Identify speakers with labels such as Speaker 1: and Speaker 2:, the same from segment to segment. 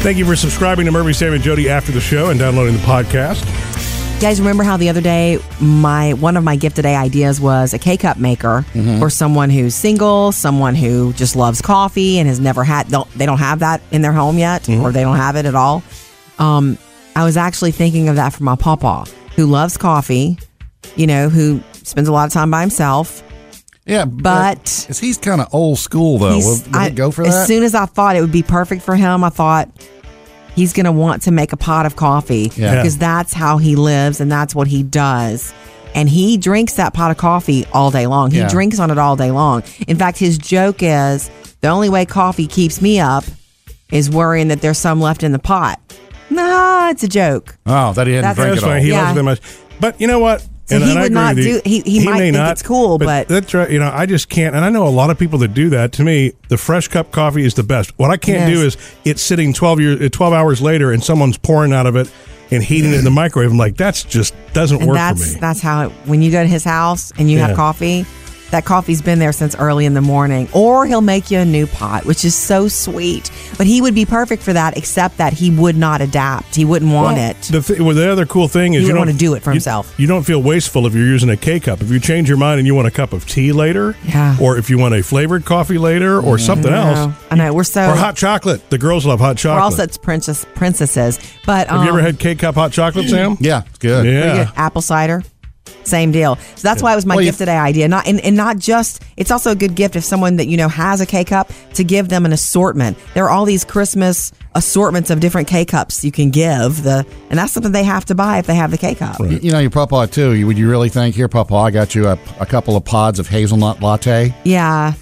Speaker 1: Thank you for subscribing to Murphy, Sam, and Jody after the show and downloading the podcast.
Speaker 2: guys remember how the other day my one of my gift today ideas was a k-cup maker for someone who's single someone who just loves coffee and has never had don't, they don't have that in their home yet or they don't have it at all um, i was actually thinking of that for my papa who loves coffee you know who spends a lot of time by himself
Speaker 3: Yeah,
Speaker 2: But-
Speaker 3: is he's kind of old school though.
Speaker 2: He's-
Speaker 3: Will, will
Speaker 2: I-
Speaker 3: he go for
Speaker 2: as
Speaker 3: that?
Speaker 2: soon as I thought it would be perfect for him, I thought he's going to want to make a pot of coffee
Speaker 3: Yeah.
Speaker 2: because that's how he lives and that's what he does. And he drinks that pot of coffee all day long. He
Speaker 3: Yeah.
Speaker 2: drinks on it all day long. In fact, his joke is the only way coffee keeps me up is worrying that there's some left in the pot. Nah, it's a joke.
Speaker 3: oh, that he didn't
Speaker 2: That's- That's
Speaker 3: drink it
Speaker 1: That's fine.
Speaker 3: all.
Speaker 1: He
Speaker 2: Yeah.
Speaker 1: loves it that much. But you know what?
Speaker 2: So he would not
Speaker 1: with you.
Speaker 2: do- he- he might
Speaker 1: may
Speaker 2: think it's cool, but-
Speaker 1: that's right. You know, I just can't. And I know a lot of people that do that. To me, the fresh cup coffee is the best. What I can't
Speaker 2: It
Speaker 1: do
Speaker 2: is.
Speaker 1: is it's sitting twelve years, uh, twelve hours later, and someone's pouring out of it and heating it in the microwave. I'm like, that's just doesn't
Speaker 2: And
Speaker 1: work
Speaker 2: that's
Speaker 1: for me.
Speaker 2: that's how it, when you go to his house and you
Speaker 1: Yeah.
Speaker 2: have coffee, that coffee's been there since early in the morning. Or he'll make you a new pot, which is so sweet. But he would be perfect for that, except that he would not adapt. He wouldn't want
Speaker 1: Well,
Speaker 2: it.
Speaker 1: The, th- well, the other cool thing is
Speaker 2: He
Speaker 1: you
Speaker 2: would
Speaker 1: don't
Speaker 2: wanna do it for
Speaker 1: you-
Speaker 2: himself.
Speaker 1: You don't feel wasteful if you're using a K cup. If you change your mind and you want a cup of tea later,
Speaker 2: Yeah.
Speaker 1: or if you want a flavored coffee later, or something
Speaker 2: I know.
Speaker 1: else,
Speaker 2: I know. We're so
Speaker 1: or hot chocolate. The girls love hot
Speaker 2: Oh. we're
Speaker 1: chocolate.
Speaker 2: all such princess princesses. But um,
Speaker 1: Have you ever had K cup hot chocolate, Sam?
Speaker 3: Yeah, it's good.
Speaker 2: pretty
Speaker 1: Yeah.
Speaker 2: good. apple cider. Same deal. So that's why it was my
Speaker 3: Well, you-
Speaker 2: gift today idea. Not and, and not just it's also a good gift if someone that you know has a K cup to give them an assortment. There are all these Christmas assortments of different K cups you can give the and that's something they have to buy if they have the K cup.
Speaker 3: You, you know your papa too. You, would you really think here, papa? I got you a, a couple of pods of hazelnut latte.
Speaker 2: Yeah.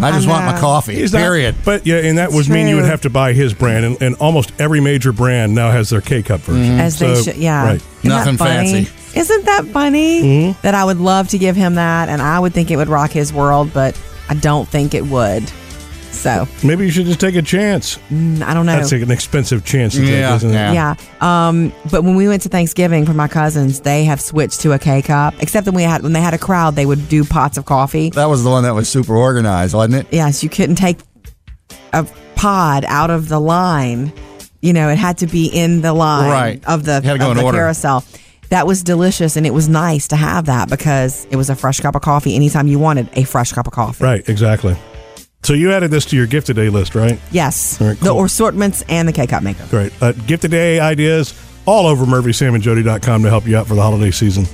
Speaker 3: I just
Speaker 2: I
Speaker 3: want my
Speaker 2: know.
Speaker 3: coffee.
Speaker 1: He's not-
Speaker 3: period.
Speaker 1: but yeah, and that would mean you would
Speaker 2: true.
Speaker 1: have to buy his brand, and, and almost every major brand now has their K cup version.
Speaker 2: Mm-hmm. As they
Speaker 1: So,
Speaker 2: should, yeah.
Speaker 1: Right.
Speaker 2: Isn't that
Speaker 3: Nothing
Speaker 2: funny?
Speaker 3: fancy.
Speaker 2: Isn't that funny that I would love to give him that and I would think it would rock his world, but I don't think it would. So mm,
Speaker 1: Maybe you should just take a chance.
Speaker 2: I don't know.
Speaker 1: That's an expensive chance to take,
Speaker 3: Yeah,
Speaker 1: isn't it?
Speaker 3: yeah.
Speaker 2: Yeah. Um, but when we went to Thanksgiving for my cousins, they have switched to a K cup. Except when we had when they had a crowd, they would do pots of coffee.
Speaker 3: that was the one that was super organized, wasn't it?
Speaker 2: Yes, you couldn't take a pod out of the line. You know, it had to be in the line
Speaker 3: Right.
Speaker 2: of the,
Speaker 3: Had to go
Speaker 2: of
Speaker 3: in
Speaker 2: the
Speaker 3: order.
Speaker 2: carousel. That was delicious, and it was nice to have that because it was a fresh cup of coffee anytime you wanted a fresh cup of coffee.
Speaker 1: Right, exactly. So you added this to your gift today list, right?
Speaker 2: Yes,
Speaker 1: All right,
Speaker 2: the
Speaker 1: cool.
Speaker 2: assortments and the K cup maker.
Speaker 1: Great. Uh, gift today ideas all over murphysamandjody.com to help you out for the holiday season.